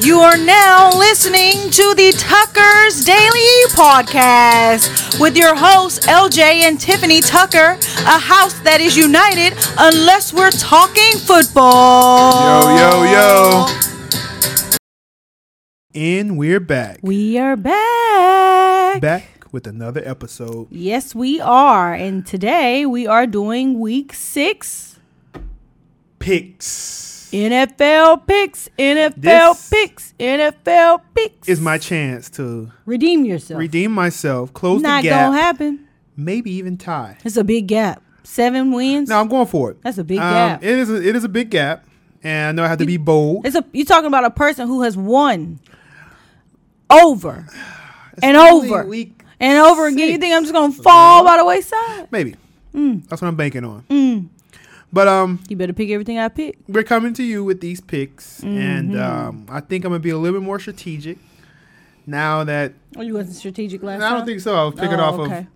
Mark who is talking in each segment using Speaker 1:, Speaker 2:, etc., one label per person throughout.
Speaker 1: You are now listening to the Tucker's Daily Podcast with your hosts, LJ and Tiffany Tucker, a house that is united unless we're talking football.
Speaker 2: Yo, yo, yo. And we're back.
Speaker 1: We are back.
Speaker 2: Back with another episode.
Speaker 1: Yes, we are. And today we are doing week six
Speaker 2: Picks.
Speaker 1: NFL picks, NFL
Speaker 2: This-
Speaker 1: picks, NFL picks.
Speaker 2: Is my chance to
Speaker 1: Redeem yourself.
Speaker 2: redeem myself, close
Speaker 1: Not
Speaker 2: the gap,
Speaker 1: gonna happen.
Speaker 2: maybe even tie.
Speaker 1: It's a big gap. Seven wins.
Speaker 2: No, I'm going for it.
Speaker 1: That's a big
Speaker 2: Um,
Speaker 1: gap.
Speaker 2: It is. A, it is a big gap, and I know I have to be bold.
Speaker 1: It's a you're talking about a person who has won over and over
Speaker 2: only week
Speaker 1: and over again. You
Speaker 2: six.
Speaker 1: think I'm just gonna fall by the wayside?
Speaker 2: Maybe.
Speaker 1: Mm.
Speaker 2: That's what I'm banking on. But um,
Speaker 1: You better pick everything I pick.
Speaker 2: we're coming to you with these picks,
Speaker 1: Mm-hmm.
Speaker 2: and um, I think I'm gonna be a little bit more strategic now that
Speaker 1: Oh, you wasn't strategic last
Speaker 2: I
Speaker 1: time.
Speaker 2: don't think so. I was picking
Speaker 1: oh,
Speaker 2: off
Speaker 1: okay.
Speaker 2: of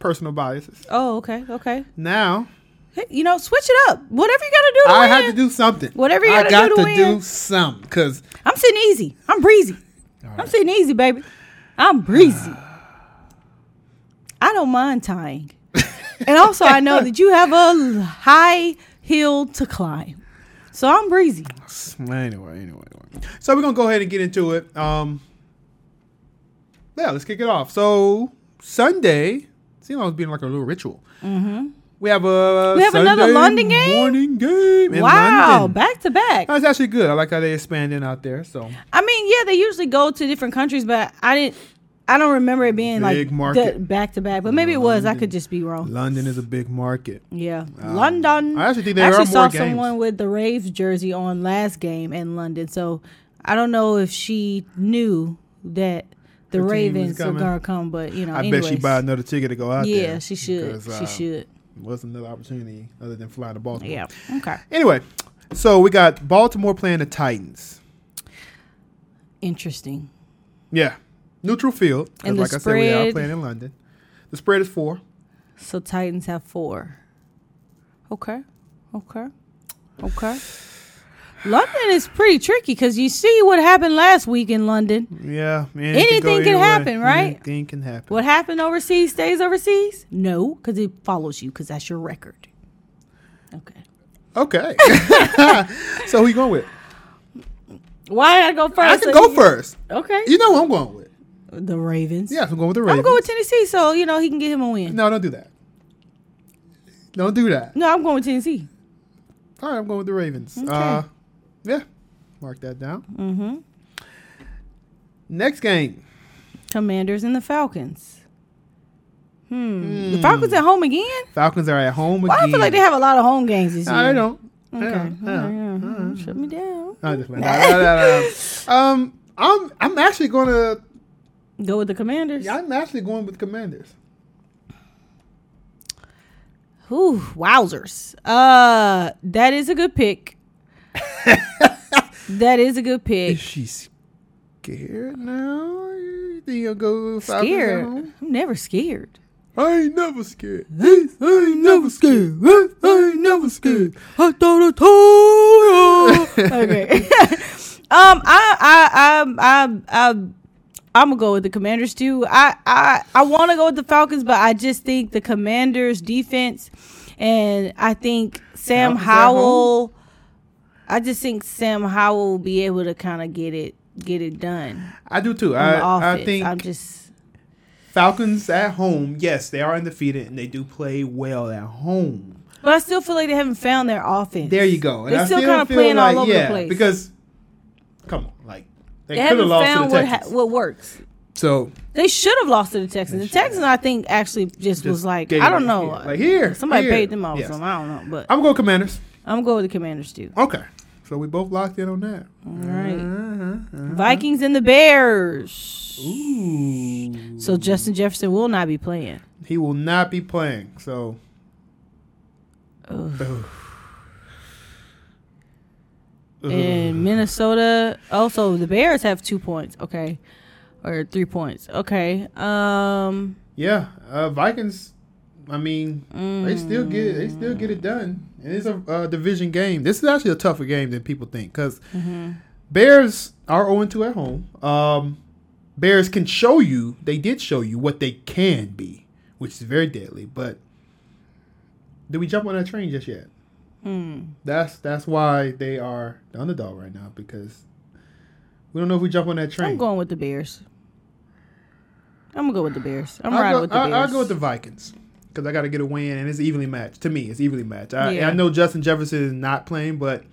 Speaker 2: personal biases.
Speaker 1: Oh, okay, okay.
Speaker 2: Now
Speaker 1: Hey, you know, switch it up. Whatever you gotta do. To
Speaker 2: I
Speaker 1: win.
Speaker 2: had to do something.
Speaker 1: Whatever you
Speaker 2: I
Speaker 1: gotta
Speaker 2: got
Speaker 1: do
Speaker 2: to
Speaker 1: to
Speaker 2: do
Speaker 1: win.
Speaker 2: something because
Speaker 1: I'm sitting easy. I'm breezy. I'm sitting easy, baby. I'm breezy. I don't mind tying. and also, I know that you have a l- high hill to climb. So I'm breezy.
Speaker 2: anyway, anyway, anyway. So we're gonna go ahead and get into it. Um, yeah, let's kick it off. So Sunday, seems like it's being like a little ritual. Mm-hmm. We have a
Speaker 1: We have another
Speaker 2: Sunday
Speaker 1: London game?
Speaker 2: morning game. In
Speaker 1: wow,
Speaker 2: London.
Speaker 1: back to back.
Speaker 2: That's actually good. I like how they're expanding out there. So
Speaker 1: I mean, yeah, they usually go to different countries, but I didn't. I don't remember it being
Speaker 2: Big
Speaker 1: like
Speaker 2: market.
Speaker 1: back to back, but maybe it was. I could just be wrong.
Speaker 2: London is a big market.
Speaker 1: Yeah, London.
Speaker 2: I actually think there are
Speaker 1: actually saw
Speaker 2: more games.
Speaker 1: someone with the Raves jersey on last game in London, so I don't know if she knew that the
Speaker 2: Her team is
Speaker 1: Ravens are
Speaker 2: coming.
Speaker 1: gonna come, but you know,
Speaker 2: I
Speaker 1: anyways.
Speaker 2: bet she buy another ticket to go out
Speaker 1: Yeah,
Speaker 2: there.
Speaker 1: she should.
Speaker 2: 'cause,
Speaker 1: she
Speaker 2: uh,
Speaker 1: should.
Speaker 2: What's another opportunity other than flying to Baltimore?
Speaker 1: Yeah. Okay.
Speaker 2: Anyway, so we got Baltimore playing the Titans.
Speaker 1: Interesting.
Speaker 2: Yeah, neutral field. 'cause
Speaker 1: And the
Speaker 2: like I said, we are
Speaker 1: spread-
Speaker 2: playing in London. The spread is four.
Speaker 1: So Titans have four. Okay. Okay. Okay. London is pretty tricky because you see what happened last week in London.
Speaker 2: Yeah, man,
Speaker 1: Anything
Speaker 2: go
Speaker 1: can
Speaker 2: either way.
Speaker 1: happen, right?
Speaker 2: Anything can happen.
Speaker 1: What happened overseas stays overseas? No, because it follows you because that's your record. Okay.
Speaker 2: Okay. so who you going with?
Speaker 1: Why I go first?
Speaker 2: I
Speaker 1: So
Speaker 2: can go
Speaker 1: you-
Speaker 2: first.
Speaker 1: Okay.
Speaker 2: You know who I'm going with.
Speaker 1: the Ravens.
Speaker 2: Yes, I'm going with the
Speaker 1: I'm
Speaker 2: Ravens.
Speaker 1: going with Tennessee, so you know he can get him a win.
Speaker 2: no, don't do that. Don't do that.
Speaker 1: No, I'm going with Tennessee.
Speaker 2: All right, I'm going with the Ravens. Uh, yeah, mark that down. Mm-hmm. Next game.
Speaker 1: Commanders and the Falcons. Hmm. The Falcons at home again?
Speaker 2: Falcons are at home
Speaker 1: Why
Speaker 2: again.
Speaker 1: I feel like they have a lot of home games this year.
Speaker 2: I don't. I
Speaker 1: Okay.
Speaker 2: don't. I don't.
Speaker 1: Mm-hmm. Shut me down.
Speaker 2: I'm just playing. No, no, no, no. Um, I'm I'm actually gonna
Speaker 1: Go with the Commanders.
Speaker 2: I'm actually going with Commanders.
Speaker 1: Ooh, wowzers. Uh, that is a good pick. that is a good pick.
Speaker 2: she scared now? You think you'll go with Falcons at
Speaker 1: Scared.
Speaker 2: home?
Speaker 1: I'm never scared.
Speaker 2: I ain't never scared. I ain't never scared. I ain't never scared. I thought I told you.
Speaker 1: Okay. um, I, I, I, I, I, I'm gonna go with the Commanders too. I, I, I want to go with the Falcons, but I just think the Commanders defense, and I think Sam
Speaker 2: Falcons at home?
Speaker 1: Howell. I just think Sam Howell will be able to kind of get it, get it done.
Speaker 2: I do too.
Speaker 1: On the
Speaker 2: I,
Speaker 1: offense.
Speaker 2: I think
Speaker 1: I'm just
Speaker 2: Falcons at home. Yes, they are undefeated and they do play well at home.
Speaker 1: But I still feel like they haven't found their offense.
Speaker 2: There you go.
Speaker 1: They're
Speaker 2: I
Speaker 1: still
Speaker 2: feel
Speaker 1: kinda playing all over the place.
Speaker 2: Because come on, like they,
Speaker 1: They
Speaker 2: could
Speaker 1: haven't
Speaker 2: have lost
Speaker 1: found
Speaker 2: to the
Speaker 1: what ha-
Speaker 2: Texans.
Speaker 1: what works.
Speaker 2: so
Speaker 1: They should have lost to the Texans. The
Speaker 2: should have.
Speaker 1: Texans, I think, actually just, was like,
Speaker 2: gave
Speaker 1: I
Speaker 2: it
Speaker 1: don't
Speaker 2: a
Speaker 1: know.
Speaker 2: hit. Like, here,
Speaker 1: somebody
Speaker 2: here.
Speaker 1: paid them off.
Speaker 2: Yes.
Speaker 1: Something. I don't know, but
Speaker 2: I'm going Commanders.
Speaker 1: I'm going with the Commanders too.
Speaker 2: Okay. So we both locked in on that.
Speaker 1: All right.
Speaker 2: Mm-hmm.
Speaker 1: Vikings and the Bears.
Speaker 2: Ooh.
Speaker 1: So Justin Jefferson will not be playing.
Speaker 2: He will not be playing. So Ugh.
Speaker 1: And Minnesota. Also, the Bears have two points. Okay, or three points. Okay. Um.
Speaker 2: yeah, uh, Vikings. I mean, they still get it. They still get it done. And it's a uh, division game. This is actually a tougher game than people think because Bears are 0 2 at home. Um, Bears can show you, they did show you what they can be, which is very deadly. But did we jump on that train just yet? That's that's why they are the underdog right now because we don't know if we jump on that train.
Speaker 1: I'm going with the Bears. I'm gonna go with the Bears. I'm
Speaker 2: I'll
Speaker 1: riding
Speaker 2: go,
Speaker 1: with the
Speaker 2: I'll-
Speaker 1: Bears.
Speaker 2: I'll go with the Vikings because I got to get a win, and it's evenly matched. To me, it's evenly matched. I,
Speaker 1: Yeah.
Speaker 2: I know Justin Jefferson is not playing, but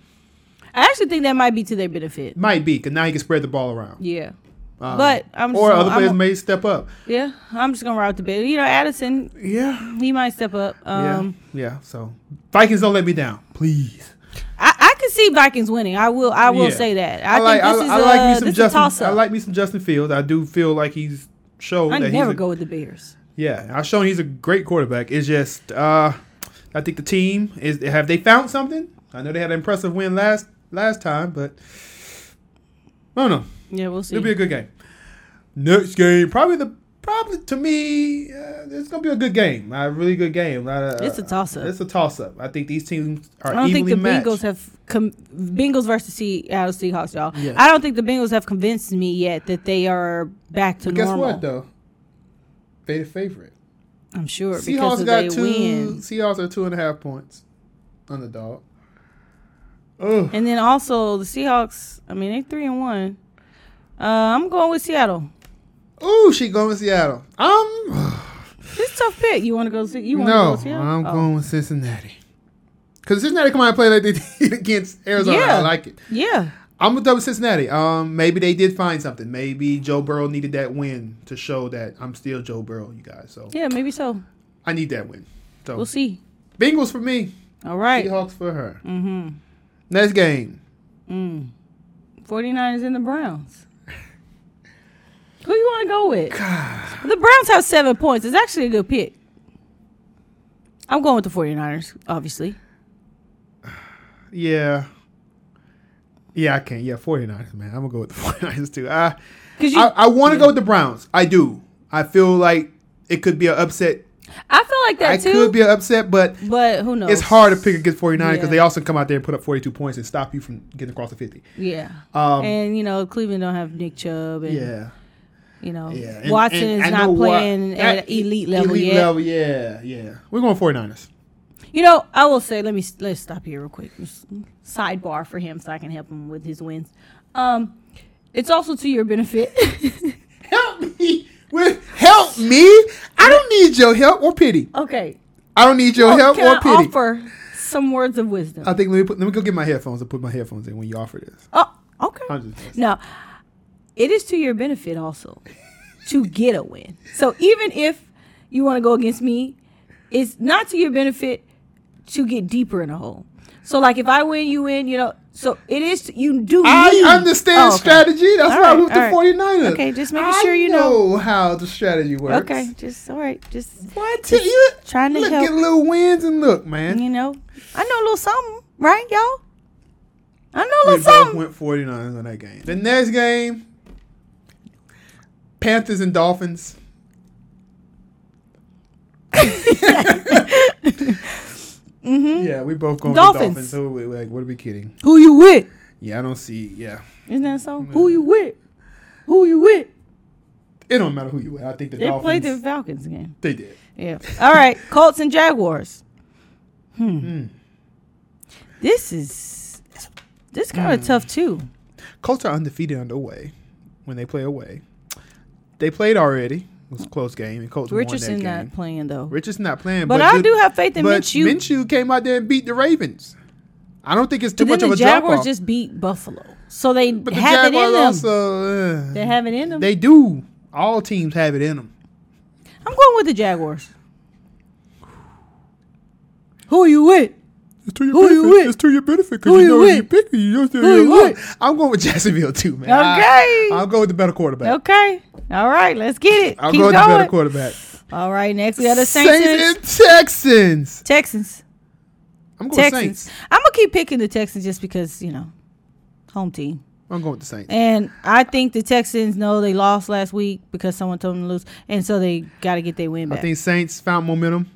Speaker 1: I actually think that might be to their benefit.
Speaker 2: might be because now he can spread the ball around.
Speaker 1: Yeah.
Speaker 2: Um,
Speaker 1: But I'm just
Speaker 2: or
Speaker 1: gonna-
Speaker 2: other
Speaker 1: I'm
Speaker 2: players
Speaker 1: a-
Speaker 2: may step up.
Speaker 1: Yeah, I'm just gonna ride with the Bears. You know, Addison,
Speaker 2: Yeah,
Speaker 1: he might step up. Um,
Speaker 2: yeah, yeah. So Vikings don't let me down, please.
Speaker 1: I, I can see Vikings winning. I will. I will
Speaker 2: Yeah.
Speaker 1: say that. I,
Speaker 2: like
Speaker 1: think this is
Speaker 2: I, I
Speaker 1: a,
Speaker 2: like me some
Speaker 1: this is a toss
Speaker 2: Justin. I
Speaker 1: up.
Speaker 2: like me some Justin Fields. I do feel like he's shown.
Speaker 1: I
Speaker 2: that
Speaker 1: never
Speaker 2: he's a,
Speaker 1: go with the Bears.
Speaker 2: Yeah, I've shown he's a great quarterback. It's just uh, I think the team is have they found something? I know they had an impressive win last last time, but I don't know.
Speaker 1: Yeah, we'll see.
Speaker 2: It'll be a good game. Next game, probably the probably to me, uh, it's gonna be a good game. A really good game. Uh,
Speaker 1: It's a toss-up.
Speaker 2: It's a toss up. I think these teams are
Speaker 1: I don't think
Speaker 2: evenly
Speaker 1: the
Speaker 2: matched.
Speaker 1: Bengals have com- Bengals versus Seattle Seahawks, y'all.
Speaker 2: Yeah.
Speaker 1: I don't think the Bengals have convinced me yet that they are back to
Speaker 2: but guess
Speaker 1: normal.
Speaker 2: what though? They the favorite.
Speaker 1: I'm sure because
Speaker 2: Seahawks
Speaker 1: of
Speaker 2: got
Speaker 1: they
Speaker 2: two.
Speaker 1: win.
Speaker 2: Seahawks are two and a half points underdog. Ugh.
Speaker 1: And then also the Seahawks. I mean, they three and one. Uh, I'm going with Seattle.
Speaker 2: Ooh, she going to Seattle. Um,
Speaker 1: It's a tough pick. You want to go? See, you want to go
Speaker 2: no,
Speaker 1: with Seattle?
Speaker 2: I'm
Speaker 1: Oh.
Speaker 2: going with Cincinnati. Cause Cincinnati come out and play like they did against Arizona.
Speaker 1: Yeah.
Speaker 2: I like it.
Speaker 1: Yeah.
Speaker 2: I'm gonna go with Cincinnati. Um, maybe they did find something. Maybe Joe Burrow needed that win to show that I'm still Joe Burrow, you guys. So
Speaker 1: Yeah. Maybe so.
Speaker 2: I need that win. So
Speaker 1: We'll see.
Speaker 2: Bengals for me,
Speaker 1: All right.
Speaker 2: Seahawks for her. Mm-hmm. Next game,
Speaker 1: 49ers and the Browns. Who you want to go with? The Browns have seven points. It's actually a good pick. I'm going with the 49ers, obviously.
Speaker 2: yeah, yeah, I can. Yeah, 49ers, man. I'm gonna go with the 49ers too. Ah, I
Speaker 1: Because you,
Speaker 2: I,
Speaker 1: I,
Speaker 2: I want to go with the Browns. I do. I feel like it could be an upset.
Speaker 1: feel like that
Speaker 2: I
Speaker 1: too.
Speaker 2: could be an upset, but
Speaker 1: but who knows?
Speaker 2: it's hard to pick against 49 because
Speaker 1: Yeah.
Speaker 2: they also come out there and put up 42 points and stop you from getting across the 50.
Speaker 1: Yeah.
Speaker 2: Um,
Speaker 1: and, you know, Cleveland don't have Nick Chubb. And,
Speaker 2: yeah.
Speaker 1: You know,
Speaker 2: Yeah. and-
Speaker 1: Watson
Speaker 2: and I
Speaker 1: is
Speaker 2: know
Speaker 1: not
Speaker 2: Wa-
Speaker 1: playing at
Speaker 2: that
Speaker 1: an elite level
Speaker 2: elite
Speaker 1: yet.
Speaker 2: level, yeah, yeah. We're going 49ers.
Speaker 1: You know, I will say, let me let's stop here real quick. Just Sidebar for him, so I can help him with his wins. Um, it's also to your benefit.
Speaker 2: Help me. With, help me. I don't need your help or pity.
Speaker 1: okay,
Speaker 2: I don't need your
Speaker 1: Oh,
Speaker 2: help
Speaker 1: can
Speaker 2: or
Speaker 1: I
Speaker 2: pity.
Speaker 1: offer some words of wisdom?
Speaker 2: I think let me put, let me go get my headphones and put my headphones in when you offer this.
Speaker 1: oh,
Speaker 2: I'm
Speaker 1: okay.
Speaker 2: just messing.
Speaker 1: Now, it is to your benefit also to get a win. So even if you want to go against me, it's not to your benefit to get deeper in a hole. So like if I win, you win. You know. So it is you do.
Speaker 2: I
Speaker 1: need-
Speaker 2: understand
Speaker 1: Oh, okay.
Speaker 2: strategy. That's
Speaker 1: All
Speaker 2: why I
Speaker 1: right,
Speaker 2: went with the
Speaker 1: all right.
Speaker 2: 49ers.
Speaker 1: Okay, just making
Speaker 2: I
Speaker 1: sure you know.
Speaker 2: how the strategy works.
Speaker 1: Okay, just all right. Just
Speaker 2: What? You,
Speaker 1: trying to
Speaker 2: look,
Speaker 1: help.
Speaker 2: Get little wins and look, man.
Speaker 1: you know, I know a little something, right, y'all? I know a
Speaker 2: We
Speaker 1: little
Speaker 2: both
Speaker 1: something.
Speaker 2: went 49ers on that game. The next game, Panthers and Dolphins. Yeah, we both
Speaker 1: Mm-hmm. Dolphins.
Speaker 2: going Dolphins. Dolphins. So we, like, what are we kidding?
Speaker 1: Who you with?
Speaker 2: Yeah, I don't see. Yeah,
Speaker 1: Isn't that a song? Who you with? Who you with?
Speaker 2: it don't matter who you are. I think the
Speaker 1: They
Speaker 2: Dolphins.
Speaker 1: played the Falcons game.
Speaker 2: they did.
Speaker 1: Yeah. All right. Colts and Jaguars.
Speaker 2: Hmm.
Speaker 1: Hmm. This is this kind
Speaker 2: Hmm.
Speaker 1: of tough too.
Speaker 2: Colts are undefeated on the way when they play away. They played already. It was a close game, and Colts
Speaker 1: Richardson
Speaker 2: won that
Speaker 1: not
Speaker 2: game.
Speaker 1: playing though.
Speaker 2: Richardson not playing,
Speaker 1: but,
Speaker 2: but,
Speaker 1: I
Speaker 2: the-
Speaker 1: do have faith in
Speaker 2: but
Speaker 1: Minshew.
Speaker 2: Minshew came out there and beat the Ravens. I don't think it's too
Speaker 1: but then
Speaker 2: much of
Speaker 1: the
Speaker 2: a drop
Speaker 1: Jaguars
Speaker 2: off.
Speaker 1: just beat Buffalo, so they
Speaker 2: But the
Speaker 1: have it in
Speaker 2: Jaguars
Speaker 1: them.
Speaker 2: also, uh,
Speaker 1: they have it in them.
Speaker 2: they do. All teams have it in them.
Speaker 1: I'm going with the Jaguars. Who are you with?
Speaker 2: It's to your
Speaker 1: Who you with?
Speaker 2: to your benefit
Speaker 1: Who you with?
Speaker 2: pick. You just,
Speaker 1: Who you
Speaker 2: I'm going with Jacksonville too, man.
Speaker 1: Okay.
Speaker 2: I, will go with the better quarterback.
Speaker 1: Okay. All right. Let's get it.
Speaker 2: I'll
Speaker 1: Keep
Speaker 2: go with the better
Speaker 1: going.
Speaker 2: quarterback.
Speaker 1: All right. Next, we got the Saints. and-
Speaker 2: and Texans.
Speaker 1: Texans.
Speaker 2: I'm going with
Speaker 1: Texans.
Speaker 2: Saints.
Speaker 1: I'm gonna keep picking the Texans just because you know, home team.
Speaker 2: I'm going with the Saints.
Speaker 1: And I think the Texans know they lost last week because someone told them to lose, and so they got to get their win
Speaker 2: I
Speaker 1: back.
Speaker 2: think Saints found momentum.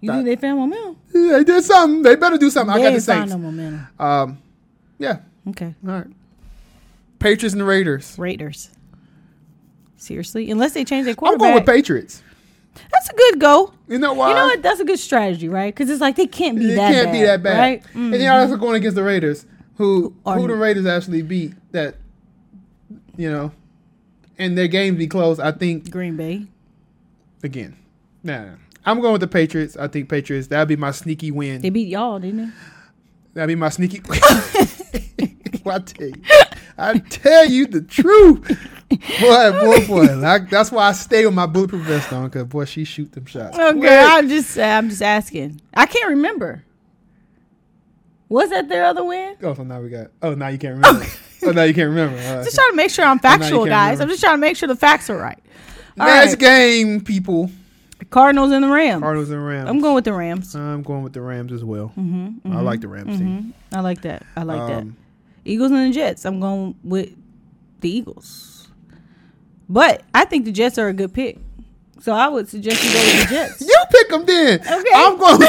Speaker 1: you think they found momentum?
Speaker 2: Yeah, They did something. They better do something.
Speaker 1: they
Speaker 2: I got the
Speaker 1: ain't found
Speaker 2: Saints.
Speaker 1: no momentum.
Speaker 2: Um, yeah.
Speaker 1: Okay.
Speaker 2: All right. Patriots and Raiders.
Speaker 1: Raiders. Seriously, unless they change their
Speaker 2: I'm
Speaker 1: quarterback,
Speaker 2: going with Patriots.
Speaker 1: that's a good go.
Speaker 2: You know why?
Speaker 1: You know what? That's a good strategy, right? Because it's like they can't be
Speaker 2: It
Speaker 1: that
Speaker 2: can't
Speaker 1: bad,
Speaker 2: be that bad.
Speaker 1: right? Mm-hmm. Mm.
Speaker 2: And they're also going against the Raiders, who who,
Speaker 1: are-
Speaker 2: the Raiders actually beat. That you know, and their games be close. I think
Speaker 1: Green Bay.
Speaker 2: again. Nah, nah. I'm going with the Patriots. I think Patriots. That'd be my sneaky win.
Speaker 1: They beat y'all, didn't
Speaker 2: That'd be my sneaky. Well, I tell you, I tell you the truth, boy, boy, boy. Like, that's why I stay with my bulletproof vest on, cause boy, she shoot them shots.
Speaker 1: they? Okay,
Speaker 2: Wait.
Speaker 1: I'm just I'm just asking. I can't remember. Was that their other win?
Speaker 2: Oh, so now we got. Oh, now you can't remember. oh, now you can't remember. All right.
Speaker 1: Just trying to make sure I'm
Speaker 2: Oh, can't
Speaker 1: factual, guys.
Speaker 2: remember.
Speaker 1: I'm just trying to make sure the facts are right. All
Speaker 2: Next
Speaker 1: right.
Speaker 2: game, people.
Speaker 1: Cardinals and the Rams.
Speaker 2: Cardinals and Rams.
Speaker 1: I'm going Mm-hmm, with the Rams.
Speaker 2: I'm going with the Rams as well. I like the Rams team.
Speaker 1: I like that. I like that.
Speaker 2: Um,
Speaker 1: Eagles and the Jets. I'm going with the Eagles. But I think the Jets are a good pick. So I would suggest you go with the Jets.
Speaker 2: You pick them then.
Speaker 1: Okay.
Speaker 2: I'm going with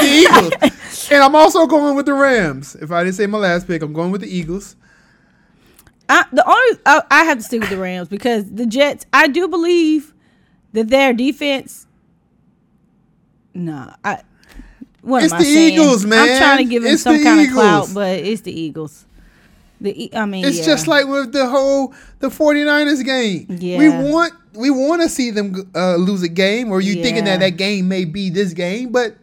Speaker 2: the Eagles, and I'm also going with the Rams. If I didn't say my last pick, I'm going with the Eagles.
Speaker 1: I, the only I, I have to stick with the Rams because the Jets. I do believe that their defense. Nah, I. What
Speaker 2: It's
Speaker 1: am I
Speaker 2: the
Speaker 1: saying?
Speaker 2: Eagles, man.
Speaker 1: I'm trying to give them
Speaker 2: It's
Speaker 1: some
Speaker 2: the
Speaker 1: kind of
Speaker 2: Eagles.
Speaker 1: clout, but it's the Eagles. The E- I mean,
Speaker 2: It's
Speaker 1: yeah.
Speaker 2: just like with the whole the 49ers game. We
Speaker 1: Yeah.
Speaker 2: want we want to see them uh, lose a game, or you thinking
Speaker 1: Yeah.
Speaker 2: that that game may be this game, but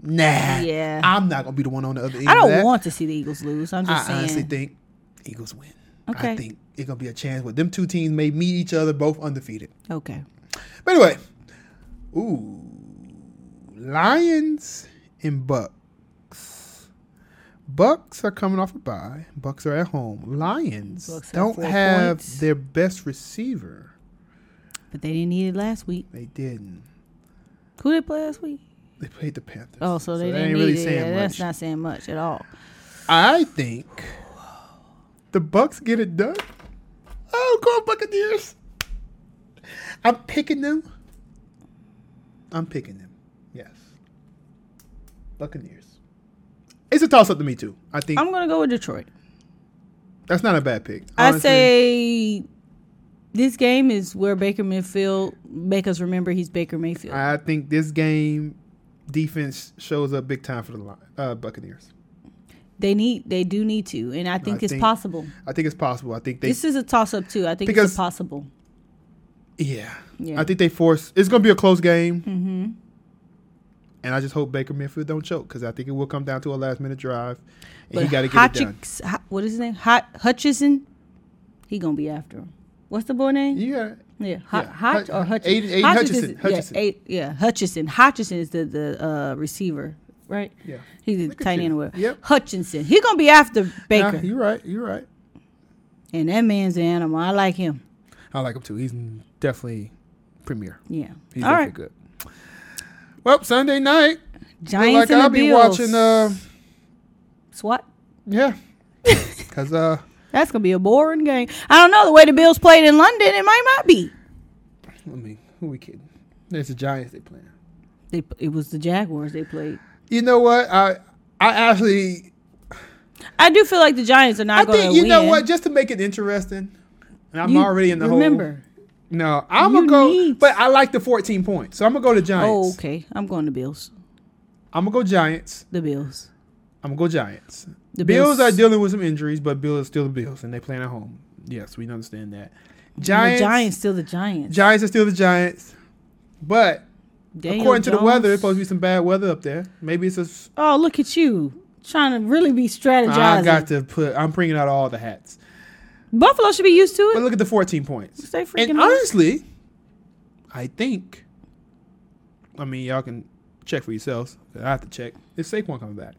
Speaker 2: nah.
Speaker 1: Yeah.
Speaker 2: I'm not gonna be the one on the other end.
Speaker 1: I
Speaker 2: of
Speaker 1: don't
Speaker 2: that.
Speaker 1: want to see the Eagles lose. I'm just
Speaker 2: I honestly
Speaker 1: saying.
Speaker 2: think Eagles win. I
Speaker 1: Okay.
Speaker 2: think it's gonna be a chance where them two teams may meet each other, both undefeated.
Speaker 1: okay.
Speaker 2: But anyway, ooh, Lions and Bucks. Bucks are coming off a bye. Bucks are at home. Lions
Speaker 1: Bucks have
Speaker 2: don't
Speaker 1: four
Speaker 2: have
Speaker 1: points.
Speaker 2: their best receiver.
Speaker 1: But they didn't need it last week.
Speaker 2: They didn't.
Speaker 1: Who they play last week?
Speaker 2: They played the Panthers.
Speaker 1: Oh, so they
Speaker 2: ain't
Speaker 1: didn't need
Speaker 2: really
Speaker 1: it.
Speaker 2: saying
Speaker 1: Yeah,
Speaker 2: much.
Speaker 1: That's not saying much at all.
Speaker 2: I think the Bucks get it done. Oh, go Buccaneers! I'm picking them. I'm picking them. Yes, Buccaneers. It's a toss-up to me too. I think
Speaker 1: I'm gonna go with Detroit.
Speaker 2: that's not a bad pick.
Speaker 1: I
Speaker 2: Honestly,
Speaker 1: say this game is where Baker Mayfield make us remember he's Baker Mayfield.
Speaker 2: I think this game defense shows up big time for the Lion- uh, Buccaneers.
Speaker 1: they need they do need to, and I think it's
Speaker 2: think-
Speaker 1: possible.
Speaker 2: I think it's possible. I think they.
Speaker 1: this is a toss up too. I think
Speaker 2: Because-
Speaker 1: it's possible.
Speaker 2: Yeah.
Speaker 1: Yeah.
Speaker 2: I think they force. It's going to be a close game. Mm-hmm. And I just hope Baker Mayfield don't choke because I think it will come down to a last minute drive, and
Speaker 1: But
Speaker 2: you got to get it done.
Speaker 1: Hotchix- Ho- what is his name? Hot Hutchison. He gonna be after him. What's the boy name?
Speaker 2: You got
Speaker 1: Yeah, Hot,
Speaker 2: Yeah.
Speaker 1: Hot
Speaker 2: Hut-
Speaker 1: or Hutchison.
Speaker 2: Aiden- Aiden Hutchison. Hutchison.
Speaker 1: Yeah, Aid- yeah, Hutchison. Hutchison is the the uh, receiver, right?
Speaker 2: Yeah.
Speaker 1: He's a
Speaker 2: Look at
Speaker 1: tight
Speaker 2: you.
Speaker 1: end. or whatever.
Speaker 2: Yep.
Speaker 1: Hutchinson. He gonna be after Baker,
Speaker 2: Nah, you're right. You're right.
Speaker 1: and that man's an animal. I like him.
Speaker 2: I like him too. He's definitely premier.
Speaker 1: Yeah.
Speaker 2: He's
Speaker 1: All
Speaker 2: definitely
Speaker 1: right.
Speaker 2: good. Well, Sunday night,
Speaker 1: Giants
Speaker 2: like
Speaker 1: and
Speaker 2: I'll
Speaker 1: the
Speaker 2: be
Speaker 1: Bills.
Speaker 2: watching. Uh,
Speaker 1: SWAT.
Speaker 2: yeah, because uh,
Speaker 1: That's gonna be a boring game. I don't know the way the Bills played in London. It might not be.
Speaker 2: I mean, who we kidding? There's the Giants they playing.
Speaker 1: They, it was the Jaguars they played.
Speaker 2: You know what? I I actually
Speaker 1: I do feel like the Giants are
Speaker 2: I
Speaker 1: not going to
Speaker 2: think
Speaker 1: win.
Speaker 2: you know what. Just to make it interesting, and I'm
Speaker 1: You-
Speaker 2: already in the hole.
Speaker 1: remember.
Speaker 2: No, I'm
Speaker 1: You
Speaker 2: gonna go,
Speaker 1: need-
Speaker 2: but I like the 14 points, so I'm gonna go to Giants.
Speaker 1: Oh, okay. I'm going to Bills.
Speaker 2: I'm gonna go Giants.
Speaker 1: The Bills.
Speaker 2: I'm gonna go Giants. The
Speaker 1: The
Speaker 2: Bills,
Speaker 1: Bills-
Speaker 2: are dealing with some injuries, but Bills are still the Bills, and they playing at home. Yes, we understand that. Giants,
Speaker 1: The Giants still the Giants.
Speaker 2: Giants are still the Giants, but
Speaker 1: Daniel
Speaker 2: according to the
Speaker 1: Jones.
Speaker 2: weather, it's supposed to be some bad weather up there. Maybe it's a. s-
Speaker 1: Oh, look at you trying to really be strategizing.
Speaker 2: I got to put. I'm bringing out all the hats,
Speaker 1: Buffalo should be used to
Speaker 2: but
Speaker 1: it.
Speaker 2: look at the 14 points.
Speaker 1: Stay freaking
Speaker 2: And
Speaker 1: out.
Speaker 2: honestly, I think, I mean, y'all can check for yourselves. 'cause I have to check if Saquon comes back.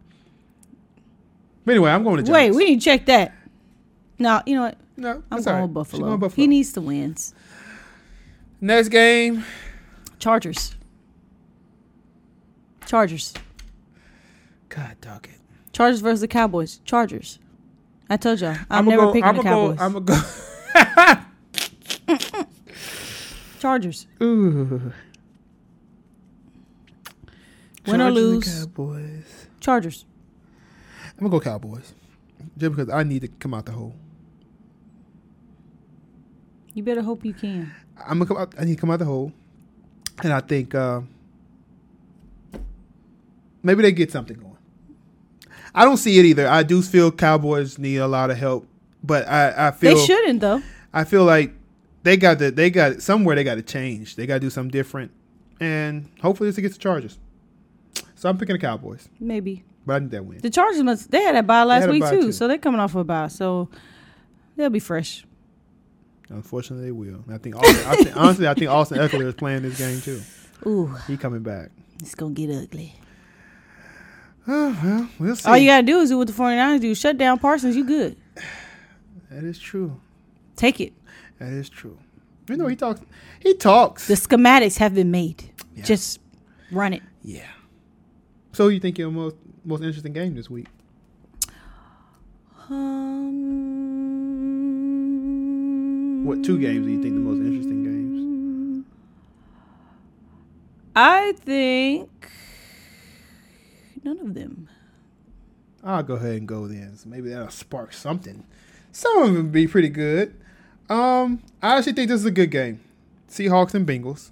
Speaker 2: But anyway, I'm going to
Speaker 1: Wait,
Speaker 2: Giants.
Speaker 1: we need to check that. No, you know what?
Speaker 2: No,
Speaker 1: I'm
Speaker 2: that's
Speaker 1: going
Speaker 2: all right.
Speaker 1: with
Speaker 2: She
Speaker 1: Buffalo.
Speaker 2: going Buffalo.
Speaker 1: He needs the wins.
Speaker 2: Next game,
Speaker 1: Chargers. Chargers.
Speaker 2: God, dog it.
Speaker 1: Chargers versus the Cowboys. Chargers. I told y'all. I'm,
Speaker 2: I'ma
Speaker 1: never
Speaker 2: go,
Speaker 1: picking
Speaker 2: I'ma
Speaker 1: the Cowboys.
Speaker 2: Go, I'm gonna go.
Speaker 1: Chargers.
Speaker 2: Ooh.
Speaker 1: Win or
Speaker 2: Chargers and
Speaker 1: lose.
Speaker 2: Cowboys.
Speaker 1: Chargers.
Speaker 2: I'm gonna go Cowboys, just because I need to come out the hole.
Speaker 1: You better hope you can.
Speaker 2: I'm gonna come out. I need to come out the hole, and I think uh, maybe they get something going. I don't see it either. I do feel Cowboys need a lot of help, but I, I feel
Speaker 1: They shouldn't though.
Speaker 2: I feel like they got to they got somewhere they got to change. They got to do something different, and hopefully this against the Chargers. So I'm picking the Cowboys,
Speaker 1: Maybe
Speaker 2: but I need that win.
Speaker 1: the Chargers must. They had that bye
Speaker 2: had
Speaker 1: last
Speaker 2: a
Speaker 1: week
Speaker 2: bye,
Speaker 1: too,
Speaker 2: too.
Speaker 1: so they're coming off a bye, so they'll be fresh.
Speaker 2: Unfortunately, they will. And I think, Austin, I think honestly, I think Austin Eckler is playing this game too.
Speaker 1: Ooh,
Speaker 2: He coming back.
Speaker 1: it's gonna get ugly.
Speaker 2: Oh, well, we'll see.
Speaker 1: All you gotta do is do what the 49ers do: shut down Parsons. You good?
Speaker 2: that is true.
Speaker 1: Take it.
Speaker 2: That is true. You know he talks. He talks.
Speaker 1: The schematics have been made.
Speaker 2: Yeah.
Speaker 1: Just run it.
Speaker 2: yeah. So you think your most most interesting game this week?
Speaker 1: Um,
Speaker 2: What two games do you think the most interesting games?
Speaker 1: I think none of them.
Speaker 2: I'll go ahead and go then. So maybe that'll spark something. Some of them be pretty good. Um, I actually think this is a good game. Seahawks and Bengals,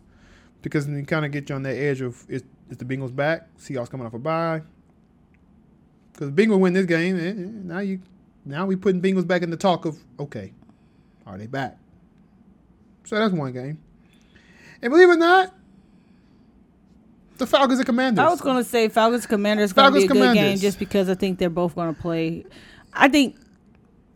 Speaker 2: because you kind of get you on that edge of is, is the Bengals back? Seahawks coming off a bye. Because Bengals win this game, eh, eh, now you now we putting Bengals back in the talk of okay, are they back? So that's one game. And believe it or not, the Falcons and Commanders.
Speaker 1: I was going to say Falcons Commanders going to be a
Speaker 2: Falcons,
Speaker 1: good game
Speaker 2: Commanders.
Speaker 1: just because I think they're both going to play. I think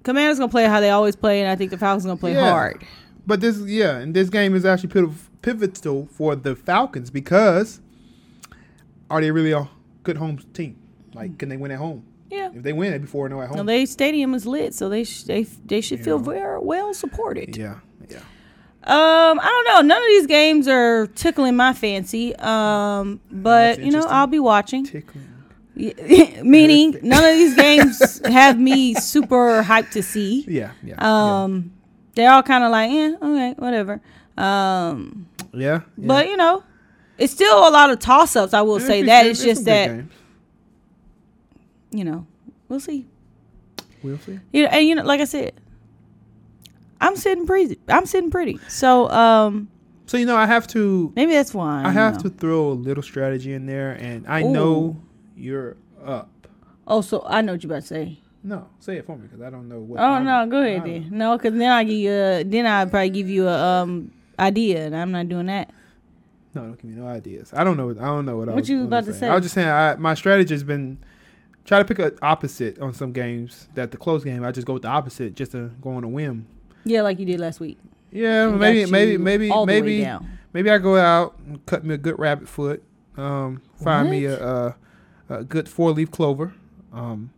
Speaker 1: Commanders going to play how they always play, and I think the Falcons going to play
Speaker 2: Yeah.
Speaker 1: hard.
Speaker 2: But this, yeah, and this game is actually piv- pivotal for the Falcons because are they really a good home team? Like, can they win at home?
Speaker 1: Yeah.
Speaker 2: If they win, they'd be four zero at home.
Speaker 1: Now, their stadium is lit, so they sh- they they should feel
Speaker 2: Yeah.
Speaker 1: very well supported.
Speaker 2: yeah, yeah.
Speaker 1: Um, I don't know. None of these games are tickling my fancy. Um, but
Speaker 2: That's
Speaker 1: you know, I'll be watching.
Speaker 2: Tickling.
Speaker 1: Yeah, Meaning, none of these games have me super hyped to see.
Speaker 2: Yeah, yeah.
Speaker 1: Um, they're all kind of like, eh, okay, whatever. Um,
Speaker 2: yeah, yeah, yeah.
Speaker 1: but you know, it's still a lot of toss ups. I will
Speaker 2: It'd
Speaker 1: say
Speaker 2: be
Speaker 1: that
Speaker 2: good-
Speaker 1: it's
Speaker 2: some
Speaker 1: just
Speaker 2: good
Speaker 1: that
Speaker 2: games.
Speaker 1: you know, we'll see.
Speaker 2: we'll see.
Speaker 1: You know, and you know, like I said, I'm sitting pretty. I'm sitting pretty. So um,
Speaker 2: So you know, I have to,
Speaker 1: maybe that's why
Speaker 2: I have to throw a little strategy in there, and I know you're up.
Speaker 1: Also, Oh, I know what you about to say.
Speaker 2: No, say it for me because I don't know what.
Speaker 1: Oh
Speaker 2: I'm-
Speaker 1: no, go ahead
Speaker 2: I don't-
Speaker 1: then. No, because then I give you. A, then I probably give you a um idea, and I'm not doing that.
Speaker 2: No, don't give me no ideas. I don't know. I don't know what, I
Speaker 1: What
Speaker 2: was
Speaker 1: you was
Speaker 2: gonna
Speaker 1: about to say?
Speaker 2: I was just saying I, my strategy has been try to pick an opposite on some games. That the close game, I just go with the opposite just to go on a whim.
Speaker 1: Yeah, like you did last week.
Speaker 2: Yeah,
Speaker 1: Got
Speaker 2: maybe,
Speaker 1: you
Speaker 2: maybe, maybe,
Speaker 1: all the way
Speaker 2: maybe,
Speaker 1: down.
Speaker 2: maybe I go out and cut me a good rabbit foot. Um, find me a, a, a good four leaf clover. Um,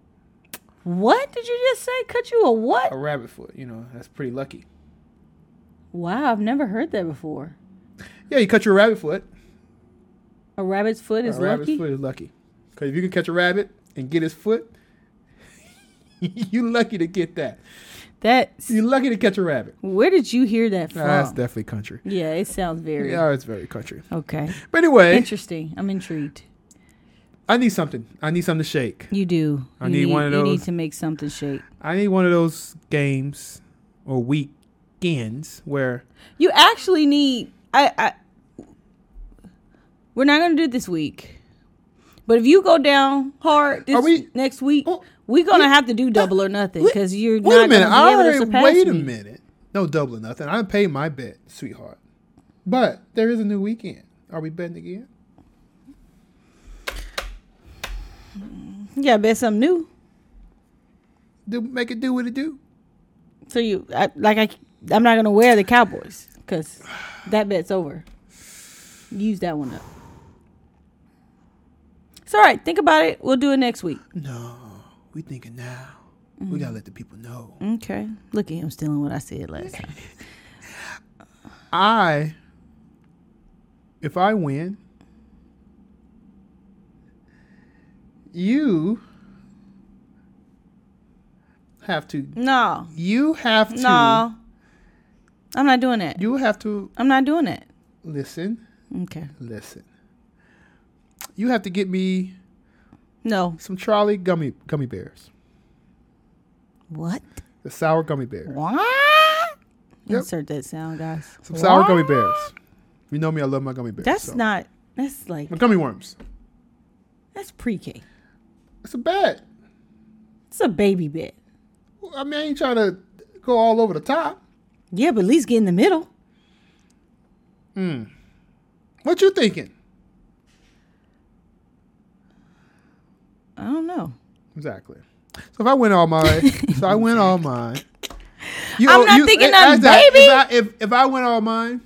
Speaker 1: What did you just say? Cut you a what?
Speaker 2: a rabbit foot, you know, that's pretty lucky.
Speaker 1: Wow, I've never heard that before.
Speaker 2: Yeah, you cut your rabbit foot.
Speaker 1: A rabbit's foot is
Speaker 2: a rabbit's
Speaker 1: lucky.
Speaker 2: foot is lucky. Because if you can catch a rabbit and get his foot, you lucky to get that.
Speaker 1: That's
Speaker 2: You're lucky to catch a rabbit.
Speaker 1: where did you hear that from?
Speaker 2: That's definitely country.
Speaker 1: yeah, it sounds very
Speaker 2: Yeah, it's very country.
Speaker 1: okay.
Speaker 2: But anyway,
Speaker 1: Interesting. I'm intrigued.
Speaker 2: I need something. I need something to shake.
Speaker 1: You do.
Speaker 2: I
Speaker 1: you
Speaker 2: need one of
Speaker 1: You need
Speaker 2: those.
Speaker 1: to make something shake.
Speaker 2: I need one of those games or weekends where
Speaker 1: You actually need. I. I we're not gonna do it this week, but if you go down hard this
Speaker 2: Are we-
Speaker 1: next week,
Speaker 2: Oh,
Speaker 1: we're gonna
Speaker 2: we-
Speaker 1: have to do double or nothing
Speaker 2: Wait-
Speaker 1: because you're
Speaker 2: wait
Speaker 1: not
Speaker 2: a minute.
Speaker 1: gonna be able
Speaker 2: I
Speaker 1: to
Speaker 2: already-
Speaker 1: surpass
Speaker 2: wait a
Speaker 1: me.
Speaker 2: minute. No double or nothing. I paid my bet, sweetheart. But there is a new weekend. Are we betting again?
Speaker 1: You gotta bet something new.
Speaker 2: Do make it do what it do.
Speaker 1: So you I, like I I'm not gonna wear the Cowboys because that bet's over. Use that one up. It's all right. Think about it. We'll do it next week.
Speaker 2: No, we thinking now.
Speaker 1: Mm-hmm.
Speaker 2: We gotta let the people know.
Speaker 1: Okay. Look at him stealing what I said last time.
Speaker 2: I, if I win, you have to.
Speaker 1: No,
Speaker 2: You have to.
Speaker 1: no, I'm not doing that.
Speaker 2: You have to
Speaker 1: I'm not doing that.
Speaker 2: listen.
Speaker 1: Okay.
Speaker 2: Listen. You have to get me
Speaker 1: No.
Speaker 2: some trolley gummy gummy bears.
Speaker 1: What?
Speaker 2: The sour gummy bears.
Speaker 1: What?
Speaker 2: Yep.
Speaker 1: Insert that sound, guys.
Speaker 2: Some sour gummy bears. You know me, I love my gummy bears.
Speaker 1: That's
Speaker 2: so.
Speaker 1: not. That's like
Speaker 2: My gummy worms.
Speaker 1: that's pre-K.
Speaker 2: It's a bad.
Speaker 1: It's a baby bit.
Speaker 2: I mean, I ain't trying to go all over the top.
Speaker 1: Yeah, but at least get in the middle.
Speaker 2: What you thinking?
Speaker 1: I don't know.
Speaker 2: Exactly. So if I win all my, so I win all mine. You,
Speaker 1: I'm not thinking
Speaker 2: eh,
Speaker 1: nothing,
Speaker 2: that's that.
Speaker 1: baby.
Speaker 2: If I, if, if I win all mine,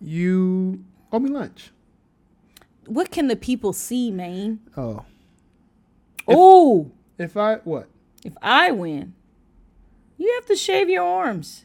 Speaker 2: you owe me lunch.
Speaker 1: What can the people see, man?
Speaker 2: Oh,
Speaker 1: Oh,
Speaker 2: if I what?
Speaker 1: if I win, you have to shave your arms.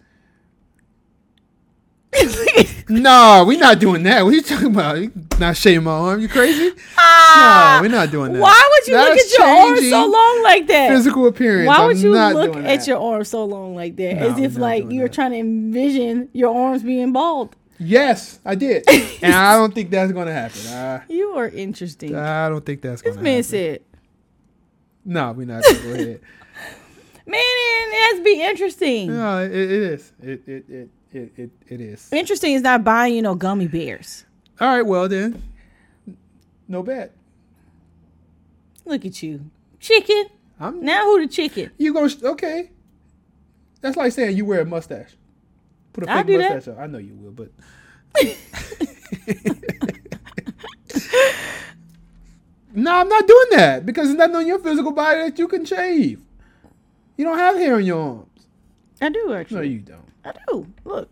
Speaker 2: No, we're not doing that. What are you talking about? You not shaving my arm? You crazy?
Speaker 1: Ah,
Speaker 2: we're not doing that.
Speaker 1: Why would you look
Speaker 2: That's
Speaker 1: at your arms
Speaker 2: changing
Speaker 1: so long like that?
Speaker 2: Physical appearance.
Speaker 1: Why
Speaker 2: I'm
Speaker 1: would you
Speaker 2: not
Speaker 1: look
Speaker 2: doing
Speaker 1: at
Speaker 2: that.
Speaker 1: your arms so long like that?
Speaker 2: No,
Speaker 1: As if
Speaker 2: I'm not
Speaker 1: like
Speaker 2: doing
Speaker 1: you were
Speaker 2: that.
Speaker 1: trying to envision your arms being bald.
Speaker 2: Yes, I did, and I don't think that's gonna happen. I,
Speaker 1: You are interesting.
Speaker 2: I don't think that's
Speaker 1: this
Speaker 2: gonna
Speaker 1: man
Speaker 2: happen.
Speaker 1: said,
Speaker 2: No, we're not. Go ahead.
Speaker 1: "Man, it has to be interesting.
Speaker 2: No, it, it is. It it, it it it it is.
Speaker 1: Interesting is not buying you no gummy bears.
Speaker 2: All right. Well then, no bet.
Speaker 1: Look at you, chicken.
Speaker 2: I'm
Speaker 1: Now who the chicken?
Speaker 2: you gonna sh- okay. That's like saying you wear a mustache. Put a
Speaker 1: I'll
Speaker 2: fake
Speaker 1: do that.
Speaker 2: mustache on. I know you will, but no, I'm not doing that because there's nothing on your physical body that you can shave. You don't have hair on your arms.
Speaker 1: I do
Speaker 2: No,
Speaker 1: actually.
Speaker 2: you don't.
Speaker 1: I do. Look,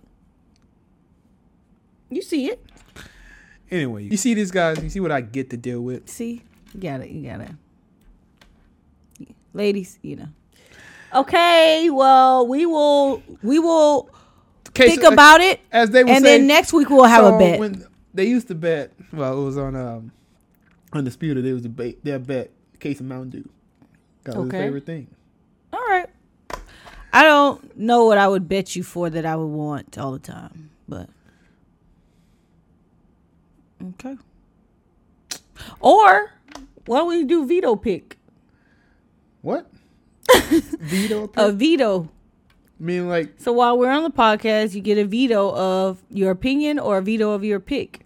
Speaker 1: you see it?
Speaker 2: Anyway, you see these guys. You see what I get to deal with.
Speaker 1: See, you gotta, you gotta, ladies, you know. Okay, well, we will, we will
Speaker 2: Okay,
Speaker 1: think
Speaker 2: so- uh,
Speaker 1: about it,
Speaker 2: as they would
Speaker 1: and
Speaker 2: say,
Speaker 1: then next week we'll have
Speaker 2: So
Speaker 1: a bet.
Speaker 2: When they used to bet. Well, it was on um, Undisputed. It was a ba- their bet case of Mountain Dew. That was
Speaker 1: Okay.
Speaker 2: his favorite thing.
Speaker 1: All right. I don't know what I would bet you for that I would want all the time, but okay. Or why don't we do veto pick?
Speaker 2: What? Veto?
Speaker 1: A
Speaker 2: opinion?
Speaker 1: veto.
Speaker 2: I mean, like,
Speaker 1: So while we're on the podcast, you get a veto of your opinion or a veto of your pick.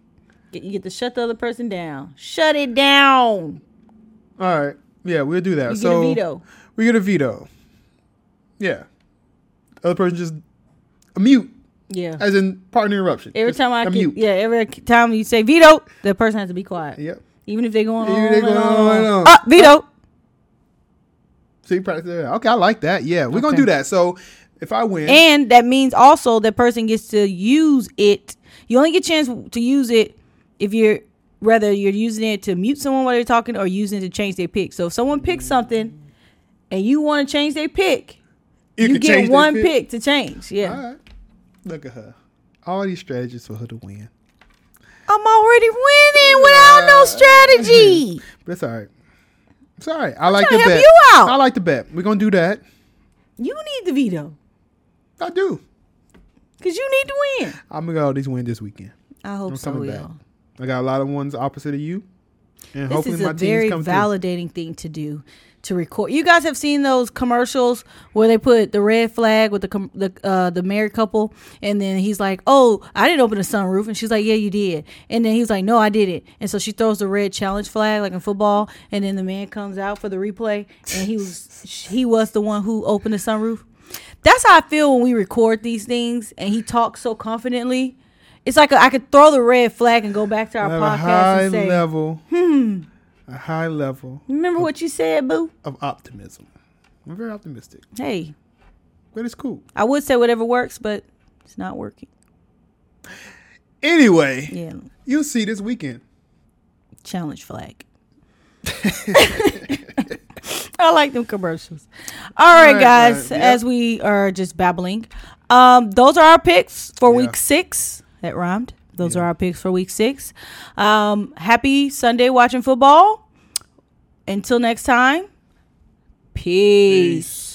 Speaker 1: Get- You get to shut the other person down. Shut it down.
Speaker 2: all right, yeah, we'll do that.
Speaker 1: You
Speaker 2: so
Speaker 1: get a veto.
Speaker 2: we get a veto. Yeah. Other person just a mute,
Speaker 1: Yeah.
Speaker 2: as in partner interruption.
Speaker 1: Every
Speaker 2: Just
Speaker 1: time I
Speaker 2: a
Speaker 1: can,
Speaker 2: mute.
Speaker 1: yeah, every time you say veto, the person has to be quiet.
Speaker 2: Yep.
Speaker 1: Even if they're going
Speaker 2: Even
Speaker 1: on,
Speaker 2: they
Speaker 1: and
Speaker 2: going
Speaker 1: on,
Speaker 2: on
Speaker 1: and
Speaker 2: and
Speaker 1: on.
Speaker 2: on.
Speaker 1: Ah, veto.
Speaker 2: See, practice. yeah, Okay, I like that. Yeah, we're gonna
Speaker 1: Okay.
Speaker 2: do that. So if I win,
Speaker 1: And that means also that person gets to use it. You only get a chance to use it if you're whether you're using it to mute someone while they're talking or using it to change their pick. So if someone picks something and you want to change their pick, you,
Speaker 2: can change
Speaker 1: get
Speaker 2: that
Speaker 1: one pick. to change. Yeah.
Speaker 2: All right. Look at her. All these strategies for her to win.
Speaker 1: I'm already winning without no strategy.
Speaker 2: But it's all right. It's all right. I like the
Speaker 1: trying to help
Speaker 2: bet.
Speaker 1: you out.
Speaker 2: I like the bet. We're gonna do that.
Speaker 1: you need the veto
Speaker 2: I do.
Speaker 1: because you need to win.
Speaker 2: I'm gonna get all these win this weekend.
Speaker 1: I hope
Speaker 2: I'm
Speaker 1: so,
Speaker 2: coming back.
Speaker 1: y'all.
Speaker 2: I got a lot of ones opposite of you, and
Speaker 1: This
Speaker 2: hopefully
Speaker 1: is
Speaker 2: my
Speaker 1: a
Speaker 2: team's
Speaker 1: very
Speaker 2: come
Speaker 1: validating thing to do to record. You guys have seen those commercials where they put the red flag with the com- the uh, the married couple, and then he's like, "Oh, I didn't open the sunroof," and she's like, "Yeah, you did." And then he's like, "No, I didn't." And so she throws the red challenge flag like in football, and then the man comes out for the replay, and he was he was the one who opened the sunroof. That's how I feel when we record these things, and he talks so confidently. It's like a, I could throw the red flag and go back to our
Speaker 2: through. I have a
Speaker 1: podcast
Speaker 2: high
Speaker 1: and say, Hmm.
Speaker 2: level. A high level
Speaker 1: Remember what you said, boo?
Speaker 2: of optimism. I'm very optimistic,
Speaker 1: Hey,
Speaker 2: but it's cool.
Speaker 1: I would say whatever works, but it's not working.
Speaker 2: Anyway,
Speaker 1: Yeah,
Speaker 2: you'll see this weekend.
Speaker 1: challenge flag. I like them commercials. All right,
Speaker 2: right,
Speaker 1: guys,
Speaker 2: right. Yep.
Speaker 1: as we are just babbling, um, those are our picks for
Speaker 2: Yeah.
Speaker 1: week six. That rhymed. Those are our picks for week six. Um, happy Sunday watching football. Until next time, peace.